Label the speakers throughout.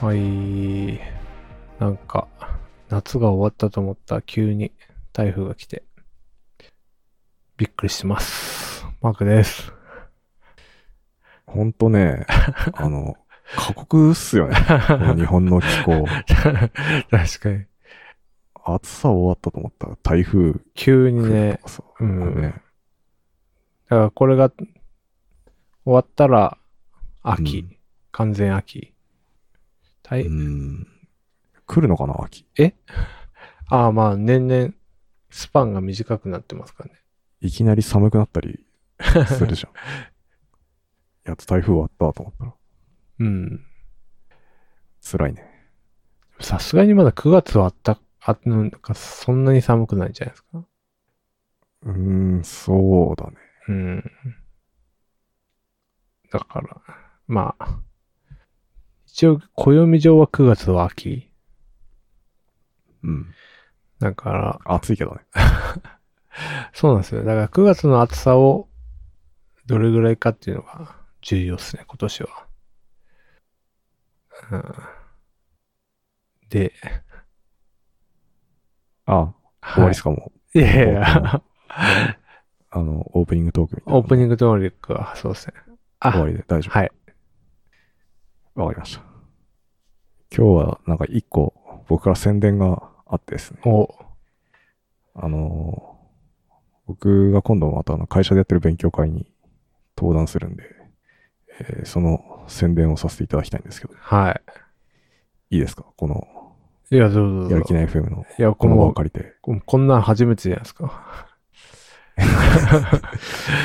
Speaker 1: はい。なんか、夏が終わったと思ったら急に台風が来て、びっくりしてます。マークです。
Speaker 2: ほん とね、あの、過酷っすよね。この日本の気候。
Speaker 1: 確かに。
Speaker 2: 暑さ終わったと思ったら台風
Speaker 1: 急に
Speaker 2: 来る
Speaker 1: ね
Speaker 2: と、かさ。
Speaker 1: うん。だ
Speaker 2: ね
Speaker 1: からこれが終わったら秋、
Speaker 2: うん
Speaker 1: 完全秋。台
Speaker 2: うん。来るのかな、秋。
Speaker 1: ああ、まあ年々スパンが短くなってます からね。
Speaker 2: いきなり寒くなったりする じゃん。やっと台風終わったと思ったら。
Speaker 1: うん。
Speaker 2: 辛いね。
Speaker 1: さすがにまだ9月はあった、あ、なんかそんなに寒くないんじゃないですか。
Speaker 2: うーん、そうだね。
Speaker 1: うん。だから、まあ、一応、暦上は9月は秋。
Speaker 2: うん。
Speaker 1: だか
Speaker 2: 暑いけどね。
Speaker 1: ら、そうなんですよ。だから9月の暑さをどれぐらいかっていうのが重要ですね、今年は。うん、で、
Speaker 2: あ、終わりっすか、もう。
Speaker 1: いやいや、
Speaker 2: あの、オープニングトークみたいな。
Speaker 1: オープニングトークは、そうですね。あ、
Speaker 2: 終わりで大丈夫。
Speaker 1: はい。
Speaker 2: わかりました。今日はなんか一個僕から宣伝があってですね。
Speaker 1: お、
Speaker 2: あのー僕が今度またあの会社でやってる勉強会に登壇するんで、えーその宣伝をさせていただきたいんですけど、
Speaker 1: はい
Speaker 2: いですかこの
Speaker 1: い。いや、どうぞどうぞ。
Speaker 2: やる気ない FM の
Speaker 1: いや、
Speaker 2: こ
Speaker 1: こ
Speaker 2: の場
Speaker 1: の
Speaker 2: を、借りて。
Speaker 1: こんなん初めてじゃないですか。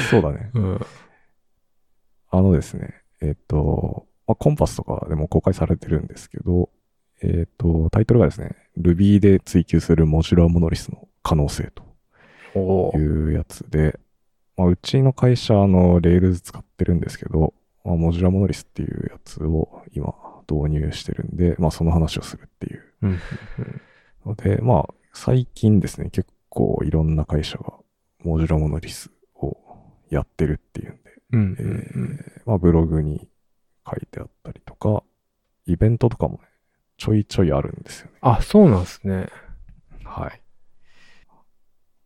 Speaker 2: そうだね。
Speaker 1: うん。
Speaker 2: あのですね、えっ、と、まあ、コンパスとかでも公開されてるんですけど、えっ、と、タイトルがですね、Ruby で追求するモジュラーモノリスの可能性と
Speaker 1: おー
Speaker 2: いうやつで、まあ、うちの会社あの Rails 使ってるんですけど、まあ、モジュラモノリスっていうやつを今導入してるんで、まあ、その話をするっていう
Speaker 1: うん。
Speaker 2: ので、まあ、最近ですね、結構いろんな会社がモジュラモノリスをやってるっていうんで、
Speaker 1: うん
Speaker 2: えーまあ、ブログに書いてあったりとか、イベントとかもね、ちょいちょいあるんですよね。
Speaker 1: あ、そうなんですね。
Speaker 2: はい。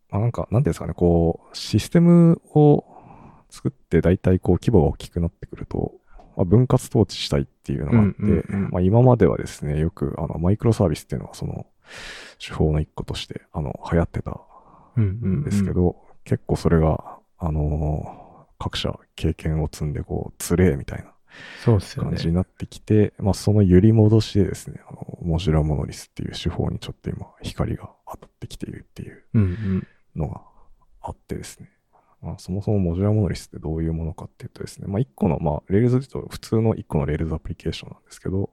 Speaker 2: まあ、なんか、なんていうんですかね、こう、システムを作って、大体こう、規模が大きくなってくると、まあ、分割統治したいっていうのがあって、
Speaker 1: うんうんうん
Speaker 2: まあ、今まではですね、よく、あの、マイクロサービスっていうのは、その、手法の一個として、あの、流行ってた
Speaker 1: うん
Speaker 2: んですけど、。結構それが、あのー各社経験を積んで、こう、つれえみたいな
Speaker 1: そうですよ
Speaker 2: 感
Speaker 1: ね。
Speaker 2: じになってきて、まあ、その揺り戻しでですね、あの、モジュラモノリスっていう手法にちょっと今、光が当たってきているっていう
Speaker 1: うんうん。
Speaker 2: のがあってですね。まあ、そもそもモジュラモノリスってどういうものかっていうとですね、まあ、1個の、まあ、レールズというと普通の1個のレールズアプリケーションなんですけど、ま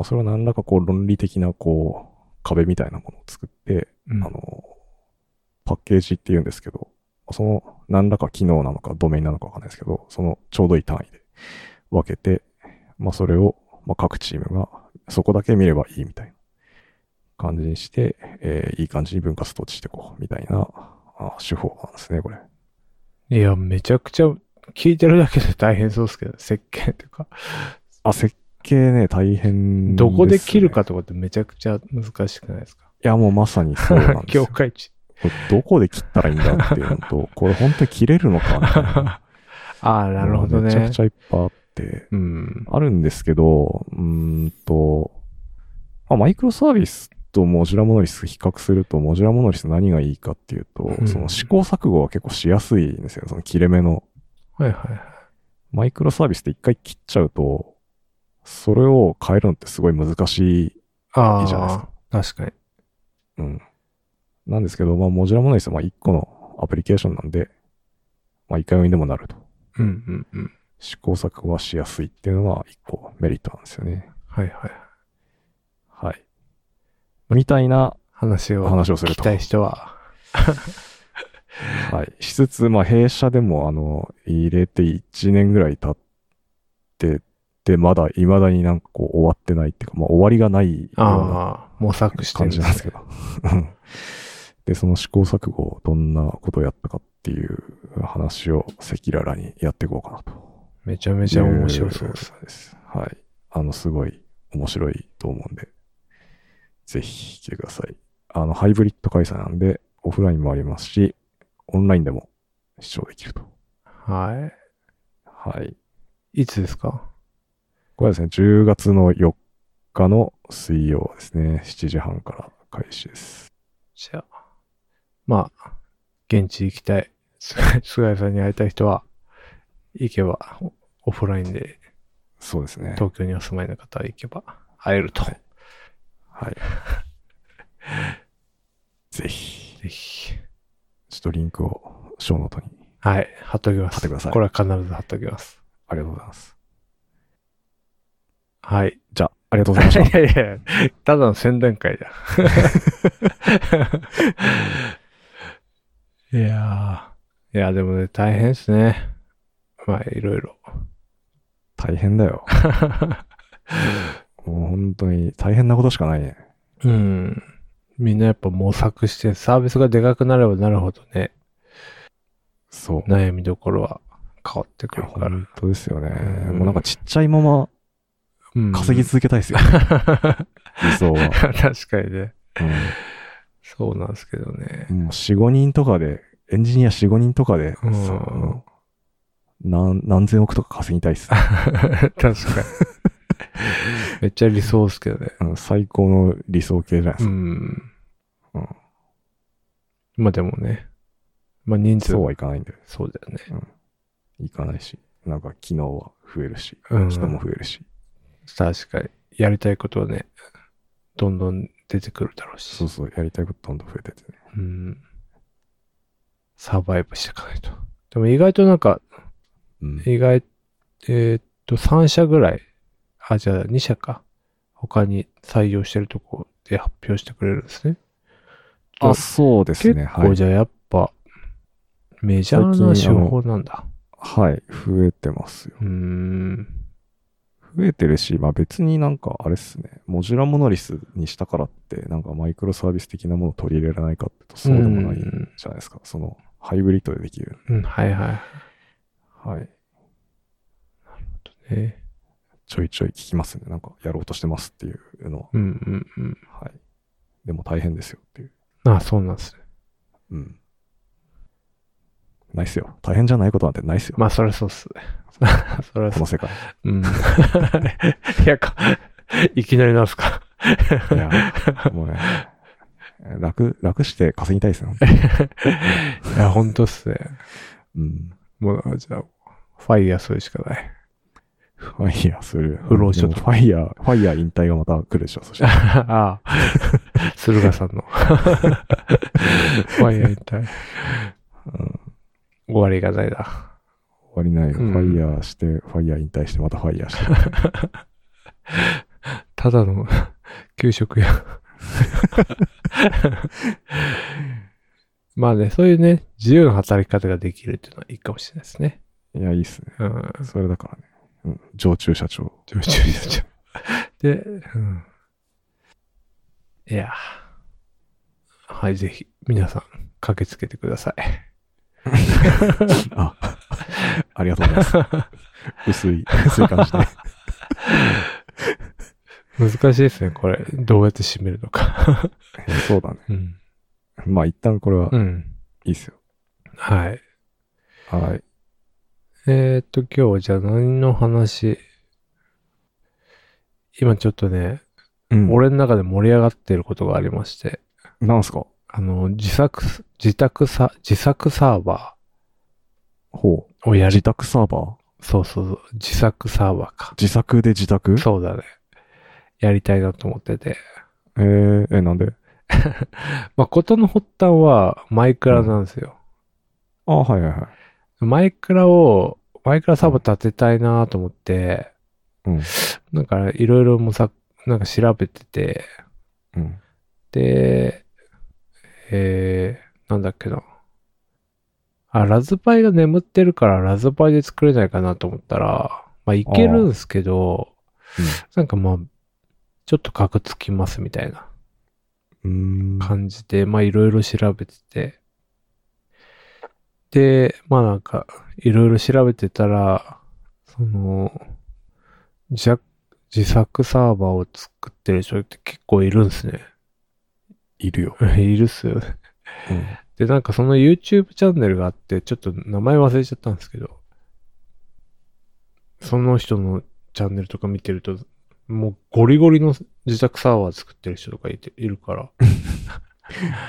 Speaker 2: あ、それは何らかこう論理的なこう壁みたいなものを作って、
Speaker 1: うん
Speaker 2: あの、パッケージっていうんですけど、その何らか機能なのかドメインなのかわかんないですけど、そのちょうどいい単位で分けて、まあ、それをまあ各チームがそこだけ見ればいいみたいな感じにして、えーいい感じに分割統治していこうみたいなあ手法なんですね、これ。
Speaker 1: いや、めちゃくちゃ聞いてるだけで大変そうですけど、設計というか、
Speaker 2: あ、設計ね、大変すね
Speaker 1: どこで切るかとかってめちゃくちゃ難しくないですか。
Speaker 2: いや、もうまさにそうなんです
Speaker 1: 境
Speaker 2: よ。
Speaker 1: 界値。
Speaker 2: これどこで切ったらいいんだっていうのと、これ本当に切れるのかみたいな
Speaker 1: ああ、 なるほど
Speaker 2: めちゃ
Speaker 1: ね
Speaker 2: く。ちゃいっぱいあって、
Speaker 1: うん。
Speaker 2: あるんですけど、うーんと、まあ、マイクロサービスとモジュラモノリス比較すると、モジュラモノリス何がいいかっていうと、
Speaker 1: うん
Speaker 2: その試行錯誤は結構しやすいんですよね、その切れ目の。
Speaker 1: はいはいはい。
Speaker 2: マイクロサービスって一回切っちゃうと、それを変えるのってすごい難しい。
Speaker 1: ああ、
Speaker 2: いいじゃないですか
Speaker 1: 確かに。
Speaker 2: うん。なんですけど、まあ、モジュラモノリスはまあ一個のアプリケーションなんで、まあ、一回用にでもなると。
Speaker 1: うんうんうん。
Speaker 2: 試行錯誤はしやすいっていうのが一個メリットなんですよね。
Speaker 1: はいはい。
Speaker 2: はい。みたいな
Speaker 1: 話を
Speaker 2: 話をす
Speaker 1: 聞
Speaker 2: る
Speaker 1: き
Speaker 2: と。
Speaker 1: たい人は。
Speaker 2: はい。しつつ、まあ、弊社でも、あの、入れて1年ぐらい経って、で、まだ、未だになんかこう、終わってないっていうか、まあ、終わりがないような
Speaker 1: ああ、模索してる
Speaker 2: 感
Speaker 1: ん
Speaker 2: じ
Speaker 1: で
Speaker 2: なんです
Speaker 1: す
Speaker 2: け
Speaker 1: け
Speaker 2: ど。うんで、その試行錯誤をどんなことをやったかっていう話を赤裸々にやっていこうかなと。
Speaker 1: めちゃめちゃ面白そうです。
Speaker 2: です。はい。あの、すごい、面白いと思うんで、ぜひ来てください。あの、ハイブリッド開催なんで、オフラインもありますし、オンラインでも視聴できると。
Speaker 1: は
Speaker 2: はい。
Speaker 1: い。いつですか
Speaker 2: これはですね、10月の4日の水曜ですね、7時半から開始です。
Speaker 1: じゃあ、まあ、現地行きたい、菅 菅井さんに会いたい人は、行けば、オオフラインで
Speaker 2: そうですね。
Speaker 1: 東京にお住まいの方は行けば会えると。
Speaker 2: はいはい。 ぜひ、
Speaker 1: ぜひ。
Speaker 2: ちょっとリンクをショーノートに。
Speaker 1: はい。貼っときます。
Speaker 2: 貼ってください
Speaker 1: これは必ず貼っときます。
Speaker 2: ありがとうございます。
Speaker 1: はい。
Speaker 2: じゃあ、ありがとうございました。
Speaker 1: いやいや、ただの宣伝会 だ。いやー。いや、でもね、大変ですね。まあ、いろいろ。
Speaker 2: 大変だ よ。もう本当に大変なことしかないね。
Speaker 1: うん。みんなやっぱ模索して、サービスがでかくなればなるほどね、
Speaker 2: そう。
Speaker 1: 悩みどころは変わって
Speaker 2: い
Speaker 1: く
Speaker 2: や、
Speaker 1: るから。
Speaker 2: 本当ですよね。
Speaker 1: うん
Speaker 2: もうなんかちっちゃいまま
Speaker 1: うん
Speaker 2: 稼ぎ 続けたいですよ、理想は。
Speaker 1: 確かにね。
Speaker 2: う
Speaker 1: そうなんですけどね。
Speaker 2: ん、もう4、5人とかで、エンジニア4、5人とかで、
Speaker 1: うん
Speaker 2: その何何千億とか稼ぎたいっ す、
Speaker 1: 確 かに。めっちゃ理想ですけどね。
Speaker 2: うん最高の理想系じゃない
Speaker 1: う
Speaker 2: です
Speaker 1: ん。
Speaker 2: か。うん
Speaker 1: まあでもね。まあ人数
Speaker 2: そう
Speaker 1: は
Speaker 2: はいかないんだよ。
Speaker 1: そうだよね。
Speaker 2: いかないし、なんか機能は増えるし、
Speaker 1: うん
Speaker 2: 人も増えるし。
Speaker 1: 確かに。やりたいことはね、どんどん出てくるだろうし。
Speaker 2: そうそう、やりたいことどんどん増えててね。
Speaker 1: うん。サバイブしていかないと。でも意外となんか、
Speaker 2: うん
Speaker 1: 意外、えーっと、3社ぐらい、あ、じゃあ2社か。他に採用してるとこで発表してくれるんですね。
Speaker 2: あ、そうです
Speaker 1: 結
Speaker 2: ね。は
Speaker 1: 構
Speaker 2: い。
Speaker 1: じゃあやっぱ、メジャーな手法なんだ。
Speaker 2: はい。増えてますよ。
Speaker 1: うーん。
Speaker 2: 増えてるし、まあ別になんかあれっすね。モジュラモノリスにしたからって、なんかマイクロサービス的なものを取り入れられないかっていうと、そうでもないじ
Speaker 1: ん
Speaker 2: ゃないですか。その、ハイブリッドでできる。
Speaker 1: うん、はいは
Speaker 2: はい。
Speaker 1: い。ね、
Speaker 2: ちょいちょい聞きますね。なんかやろうとしてますっていうのは。
Speaker 1: うんうん
Speaker 2: はい。でも大変ですよっていう。
Speaker 1: うん。あ、そうなんですね。
Speaker 2: うん。ないっすよ。大変じゃないことなんてないっすよ。
Speaker 1: まあ、そりゃそうっすね。 そりゃ
Speaker 2: こ
Speaker 1: そう
Speaker 2: の。世界。
Speaker 1: うん。 いや、か、 いきなりなんすか。
Speaker 2: いや、もうね、楽、楽して稼ぎたいですよ。
Speaker 1: いや、ほんとっすね。
Speaker 2: うん。
Speaker 1: もう、じゃあ、ファイヤーするしかない。
Speaker 2: ファイヤーする。
Speaker 1: 不労所得
Speaker 2: でもファイヤー、ファイヤー引退がまた来るでしょ、そしたら。
Speaker 1: ああ、駿河さんの。ファイヤー引退。
Speaker 2: うん
Speaker 1: 終わりがないな。
Speaker 2: 終わりないよ。
Speaker 1: うん
Speaker 2: ファイヤーして、ファイヤー引退して、またファイヤーして。
Speaker 1: ただの 給食や。 まあね、そういうね、自由な働き方ができるっていうのはいいかもしれないですね。
Speaker 2: いや、いいっすね。
Speaker 1: うん。
Speaker 2: それだからね。うん。常駐社長。
Speaker 1: 上長社長。で、うん。いや。はい、ぜひ、皆さん、駆けつけてください。
Speaker 2: あ、ありがとうございます。 薄い、薄い感じで。
Speaker 1: 難しいですね、これ。どうやって締めるの か。
Speaker 2: そうだね。
Speaker 1: うん。
Speaker 2: まあ、一旦これは
Speaker 1: うん。
Speaker 2: いいっすよ。
Speaker 1: はい。
Speaker 2: はい。
Speaker 1: えー、っと、今日はじゃあ何の話今ちょっとね、
Speaker 2: うん、
Speaker 1: 俺の中で盛り上がってることがありまして、
Speaker 2: なんすか
Speaker 1: あの、自作す、自宅さ、自作サーバ
Speaker 2: ほう。
Speaker 1: ーをやり、
Speaker 2: 自宅サーバー
Speaker 1: そうそうそう、自作サーバーか。
Speaker 2: 自作で自宅
Speaker 1: そうだね。やりたいなと思ってて。
Speaker 2: えー、え、なんで
Speaker 1: まあ、ことの発端はマイクラなんですよ。
Speaker 2: あ、はいはいはい。
Speaker 1: マイクラを、マイクラサーバー立てたいなと思って、
Speaker 2: うん。
Speaker 1: なんかいろいろ模索、なんか調べてて、
Speaker 2: うん。
Speaker 1: で、えー、なんだっけな。あ、ラズパイが眠ってるから、ラズパイで作れないかなと思ったら、まあ、いけるんすけど、
Speaker 2: うん
Speaker 1: なんかまあ、ちょっとカクつきますみたいな
Speaker 2: うーん。
Speaker 1: 感じで、まあ、いろいろ調べてて。で、まあなんか、いろいろ調べてたら、その、自作自作サーバーを作ってる人って結構いるんですね。
Speaker 2: いるよ。
Speaker 1: いるっすよね。
Speaker 2: うん
Speaker 1: で、なんかその YouTube チャンネルがあって、ちょっと名前忘れちゃったんですけど、その人のチャンネルとか見てると、もうゴリゴリの自宅サーバー作ってる人とかいているから、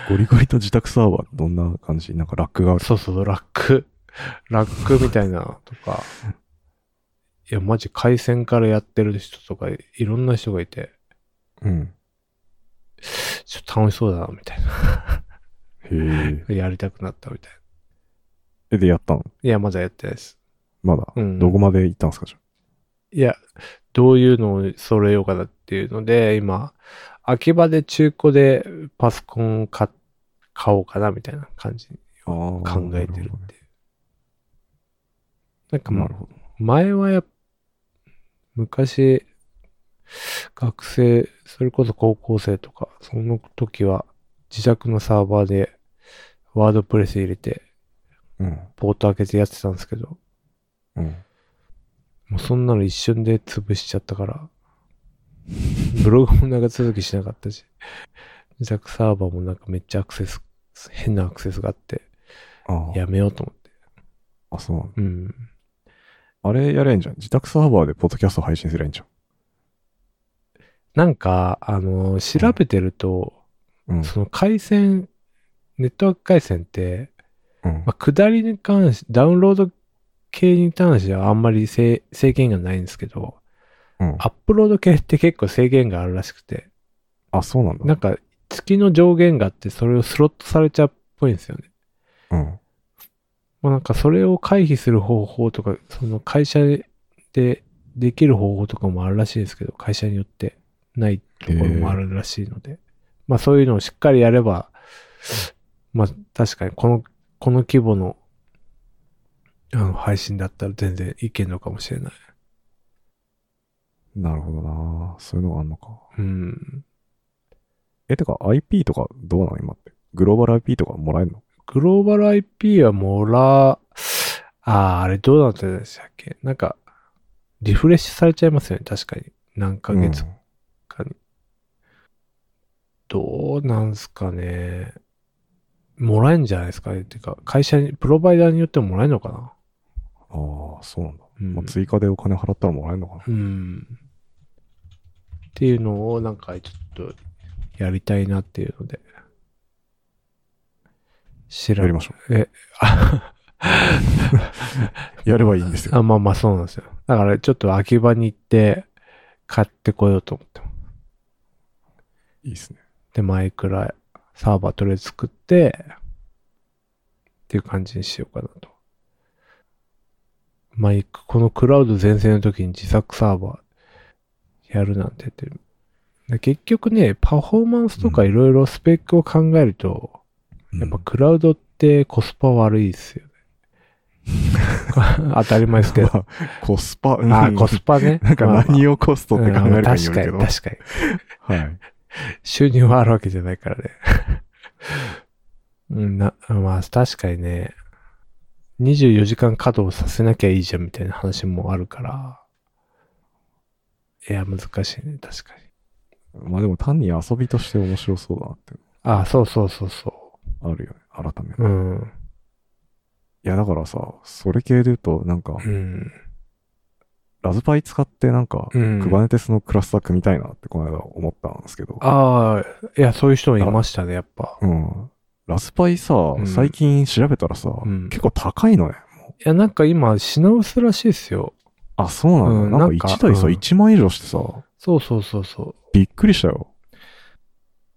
Speaker 2: ゴリゴリと自宅サーバーどんな感じなんかラックがある。
Speaker 1: そうそう、ラック、 ラックみたいなとか、いや、マジ回線からやってる人とかいろんな人がいて、
Speaker 2: うん。
Speaker 1: ちょっと楽しそうだな、みたいな。
Speaker 2: へ
Speaker 1: やりたくなったみたいな。
Speaker 2: え。で、やったの
Speaker 1: いや、まだやってないです。
Speaker 2: まだ。
Speaker 1: うん。
Speaker 2: どこまで行ったんですかじゃ
Speaker 1: いや、どういうのを揃えようかなっていうので、今、秋葉で中古でパソコンを買買おうかなみたいな感じ
Speaker 2: あ。考
Speaker 1: 考えてるっていう。なんか
Speaker 2: な
Speaker 1: ま
Speaker 2: るほどね。
Speaker 1: 前はやっ昔、学生、それこそ高校生とか、その時は自宅のサーバーでワードプレス入れて、
Speaker 2: なるほ
Speaker 1: ポート開けてやってたんですけど、
Speaker 2: ど。うん。うん。
Speaker 1: もうそんなの一瞬で潰しちゃったから、ブログも長続きしなかったし、自宅サーバーもなんかめっちゃアクセス、変なアクセスがあって、
Speaker 2: ああ。
Speaker 1: やめようと思って。
Speaker 2: あ、そうなんだ
Speaker 1: うん。
Speaker 2: あれやれんじゃん。自宅サーバーでポッドキャスト配信すりゃいいんじ
Speaker 1: なんか、あの、調べてると、
Speaker 2: ゃん。うん。
Speaker 1: その回線、ネットワーク回線って、
Speaker 2: うん
Speaker 1: まあ、下りに関し、ダウンロード系に関してはあんまり制制限がないんですけど、
Speaker 2: うん。
Speaker 1: アップロード系って結構制限があるらしくて、
Speaker 2: あ、そうなん
Speaker 1: な
Speaker 2: だ。
Speaker 1: んか月の上限があってそれをスロットされちゃうっぽいんですよね。
Speaker 2: うん。
Speaker 1: まあ、なんかそれを回避する方法とか、その会社でできる方法とかもあるらしいですけど、会社によってないところもあるらしいので、まあそういうのをしっかりやれば、まあ確かにこの、この規模のあの配信だったら全然いけるのかもしれない。
Speaker 2: なるほどな。そういうのがあんのか。
Speaker 1: うん。
Speaker 2: え、てか IP とかどうなの今って。グローバル IP とかもらえるの
Speaker 1: グローバル IP はもら、ああー、あれどうなってたんでしたっけなんか、リフレッシュされちゃいますよね、確かに。何ヶ月
Speaker 2: うん
Speaker 1: かに。どうなんすかね。もらえんじゃないですかね。てか、会社に、プロバイダーによってももらえるのかな。
Speaker 2: ああ、そうなんだ。
Speaker 1: うん。
Speaker 2: まあ、追加でお金払ったらもらえるのかな。
Speaker 1: うんっていうのを、なんか、ちょっと、やりたいなっていうので。知ら
Speaker 2: やり
Speaker 1: ん。
Speaker 2: ましょ
Speaker 1: え、
Speaker 2: う。やればいいんですよ。
Speaker 1: あ、まあまあそうなんですよ。だからちょっと秋葉に行って買ってこようと思ってます。
Speaker 2: いいっすね。
Speaker 1: で、前くらいサーバーとりあえず作って、っていう感じにしようかなと。まあ、いくこのクラウド全盛の時に自作サーバーやるなんてって。で結局ね、パフォーマンスとかいろいろスペックを考えると、やっぱクラウドってコスパ悪いですよ ね。当たり前ですけど。
Speaker 2: まあコスパ、
Speaker 1: あ
Speaker 2: う
Speaker 1: ー、
Speaker 2: ん
Speaker 1: コスパね。
Speaker 2: なんか
Speaker 1: まあまあ
Speaker 2: 何をコストって考えればいいんだけ
Speaker 1: う
Speaker 2: ど。
Speaker 1: ん確かに、確か
Speaker 2: はい。
Speaker 1: に。収入はあるわけじゃないからね。 うん、な、まあ、確かにね、24時間稼働させなきゃいいじゃんみたいな話もあるから。いや、難しいね、確かに。
Speaker 2: まあでも単に遊びとして面白そうだなって
Speaker 1: あ、そうそうそうそ
Speaker 2: あるよね。改めて。
Speaker 1: う。う
Speaker 2: い
Speaker 1: ん。
Speaker 2: やだからさ、それ系で言うと、なんか、
Speaker 1: うん。
Speaker 2: ラズパイ使ってなんか、
Speaker 1: うん。
Speaker 2: クバネテスのクラスター組みたいなってこの間思ったんですけど。
Speaker 1: ああ、いや、そういう人もいましたね、やっぱ。
Speaker 2: うん。ラズパイさ
Speaker 1: う、ん
Speaker 2: 最近調べたらさ、
Speaker 1: ん
Speaker 2: 結構高いのね。
Speaker 1: いや、なんか今、品薄らしいですよ。
Speaker 2: あ、そうなんだ。
Speaker 1: うん
Speaker 2: なんか
Speaker 1: なんか
Speaker 2: 1台さ、
Speaker 1: うん
Speaker 2: 1万以上してさ、
Speaker 1: そうそうそうそう。
Speaker 2: びっくりしたよ。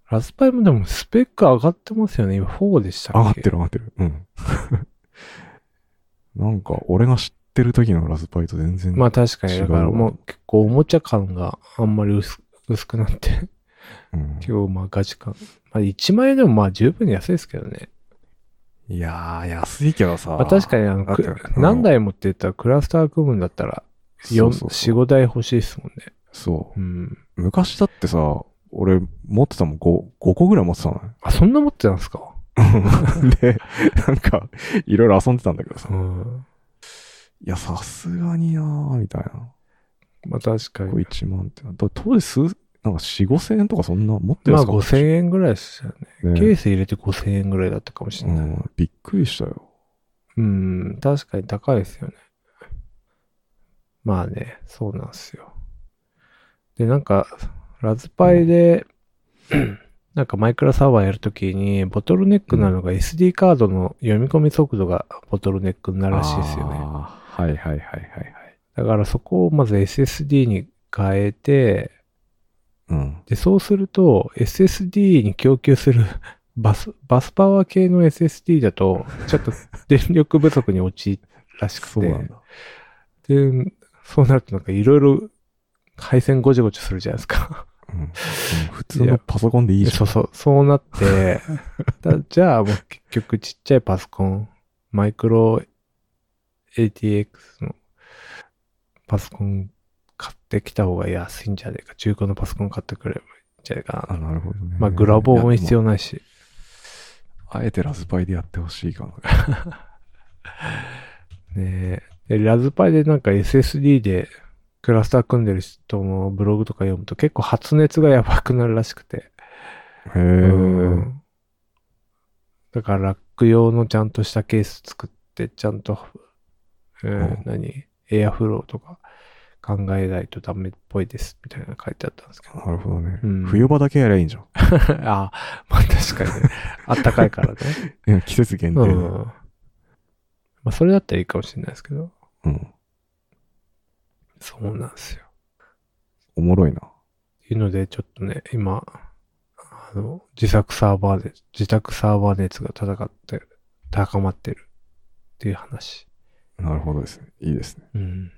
Speaker 1: ラズパイもでもスペック上がってますよね。今4でしたっけ
Speaker 2: 上がってる上がってる。うん。 なんか、俺が知ってる時のラズパイと全然。
Speaker 1: まあ確かに、
Speaker 2: 違う
Speaker 1: だからもう結構おもちゃ感があんまり薄薄くなって、
Speaker 2: うん
Speaker 1: 今日まあガチ感。まあ1万円でもまあ十分に安いですけどね。
Speaker 2: いやー、安いけどさ。
Speaker 1: まあ確かにあの、
Speaker 2: だって
Speaker 1: く
Speaker 2: うん
Speaker 1: 何台持ってったらクラスター組むんだったら
Speaker 2: そ
Speaker 1: 4、
Speaker 2: うそうそ
Speaker 1: 4、
Speaker 2: う
Speaker 1: 5台欲しいですもんね。
Speaker 2: そうう。
Speaker 1: ん。
Speaker 2: 昔だってさ、俺持ってたもん 5, 5個ぐらい持ってたのね。
Speaker 1: あ、そんな持ってたんですか
Speaker 2: で、なんか、いろいろ遊んでたんだけどさ
Speaker 1: う。ん。
Speaker 2: いや、さすがになーみたいな。
Speaker 1: まあ確か
Speaker 2: これ
Speaker 1: に。
Speaker 2: 1万ってな。だ当時数、なんか4、5千円とかそんな持ってる
Speaker 1: まあ5000円ぐらいですよね。
Speaker 2: 円
Speaker 1: ケース入れて5000円ぐらいだったかもし
Speaker 2: う
Speaker 1: れない。
Speaker 2: ん、びっくりしたよ。
Speaker 1: うん、確かに高いですよね。まあね、そうなんですよ。で、なんか、ラズパイで、なんかマイクラサーバーやるときに、ボトルネックなのが SD カードの読み込み速度がボトルネックになるらしいですよね。
Speaker 2: あーはいはいはいはいはい。
Speaker 1: だからそこをまず SSD に変えて、
Speaker 2: うん。
Speaker 1: で、そうすると SSD に供給する バス、バスパワー系の SSD だと、ちょっと 電力不足に陥るらしくて。
Speaker 2: そうなんだ。
Speaker 1: で、そうなるとなんかいろいろ配線ごちゃごちゃするじゃないですか。
Speaker 2: うん、うん普通のパソコンでいいじゃん。
Speaker 1: そうそう、そうな って、だじゃあもう結局ちっちゃいパソコン、マイクロ ATX のパソコン買ってきた方が安いんじゃねえか。中古のパソコン買ってくればいいんじゃねえか
Speaker 2: あ、
Speaker 1: な。
Speaker 2: なるほどね。
Speaker 1: まあグラボーも必
Speaker 2: いや。
Speaker 1: 要ないし。
Speaker 2: でもあえてラズパイでやってほしいかな。
Speaker 1: ねえ。でラズパイでなんか SSD でクラスター組んでる人のブログとか読むと結構発熱がやばくなるらしくて。う
Speaker 2: へえ。
Speaker 1: んだからラック用のちゃんとしたケース作って、ちゃんと、うん
Speaker 2: うん
Speaker 1: 何エアフローとか考えないとダメっぽいです、みたいなの書いてあったん ですけど。
Speaker 2: なるほどね
Speaker 1: うん。
Speaker 2: 冬場だけやりゃいいんじゃん
Speaker 1: ああ、まあ確かに ね。あったかいからね。
Speaker 2: いや。季節限定
Speaker 1: う
Speaker 2: で。
Speaker 1: ん。まあそれだったらいいかもしれないですけど。
Speaker 2: うん。
Speaker 1: そうなんですよ。
Speaker 2: おもろいな。
Speaker 1: いうので、ちょっとね、今、あの、自作サーバーで、自宅サーバー熱が戦って、高まってるっていう話。
Speaker 2: なるほどですね。いいですね。
Speaker 1: うん。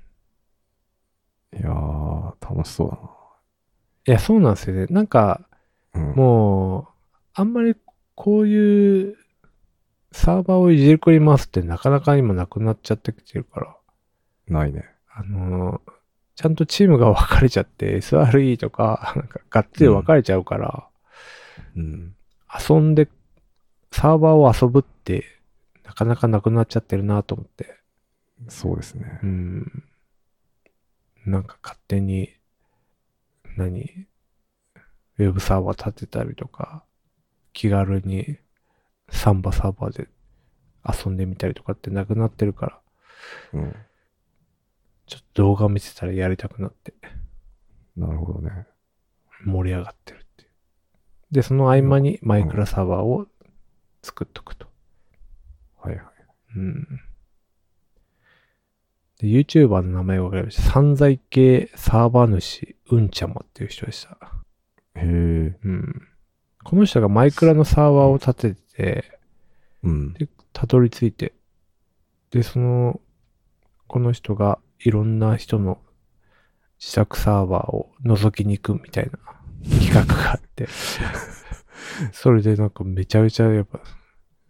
Speaker 2: いやー、楽しそうだ
Speaker 1: いや、そうなんですよね。なんか、
Speaker 2: な。うん。
Speaker 1: もう、あんまりこういうサーバーをいじりくり回すってなかなか今なくなっちゃってきてるから、
Speaker 2: ないね。
Speaker 1: あのー、ちゃんとチームが分かれちゃって、SRE とか、なんか、がっつり分かれちゃうから、
Speaker 2: うん。
Speaker 1: 遊んで、サーバーを遊ぶって、なかなかなくなっちゃってるなと思って。
Speaker 2: そうですね
Speaker 1: う。ん。なんか勝手に、何ウェブサーバー立てたりとか、気軽にサンバサーバーで遊んでみたりとかってなくなってるから、
Speaker 2: うん。
Speaker 1: ちょっと動画見てたらやりたくなって
Speaker 2: なるほどね。
Speaker 1: 盛り上がってるっていう。で、その合間にマイクラサーバーを作っとくと。
Speaker 2: はいはい。
Speaker 1: うん。で、YouTuber の名前がわかりました。散財系サーバー主、うんちゃまっていう人でした。
Speaker 2: へえ。
Speaker 1: うん。この人がマイクラのサーバーを立てて、
Speaker 2: うん。
Speaker 1: で、たどり着いて、で、その、この人がいろんな人の自作サーバーを覗きに行くみたいな 企画があって、それでなんかめちゃめちゃやっぱ、